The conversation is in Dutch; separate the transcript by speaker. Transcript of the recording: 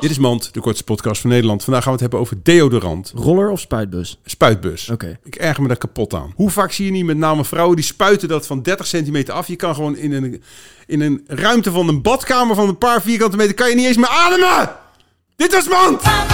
Speaker 1: Dit is Mand, de kortste podcast van Nederland. Vandaag gaan we het hebben over deodorant,
Speaker 2: Roller of spuitbus?
Speaker 1: spuitbus.
Speaker 2: Oké.
Speaker 1: Ik erger me daar kapot aan. Hoe vaak zie je niet met name vrouwen die spuiten dat van 30 centimeter af? Je kan gewoon in een, in een ruimte van een badkamer van een paar vierkante meter... kan je niet eens meer ademen! Dit was Mand!
Speaker 3: Bam,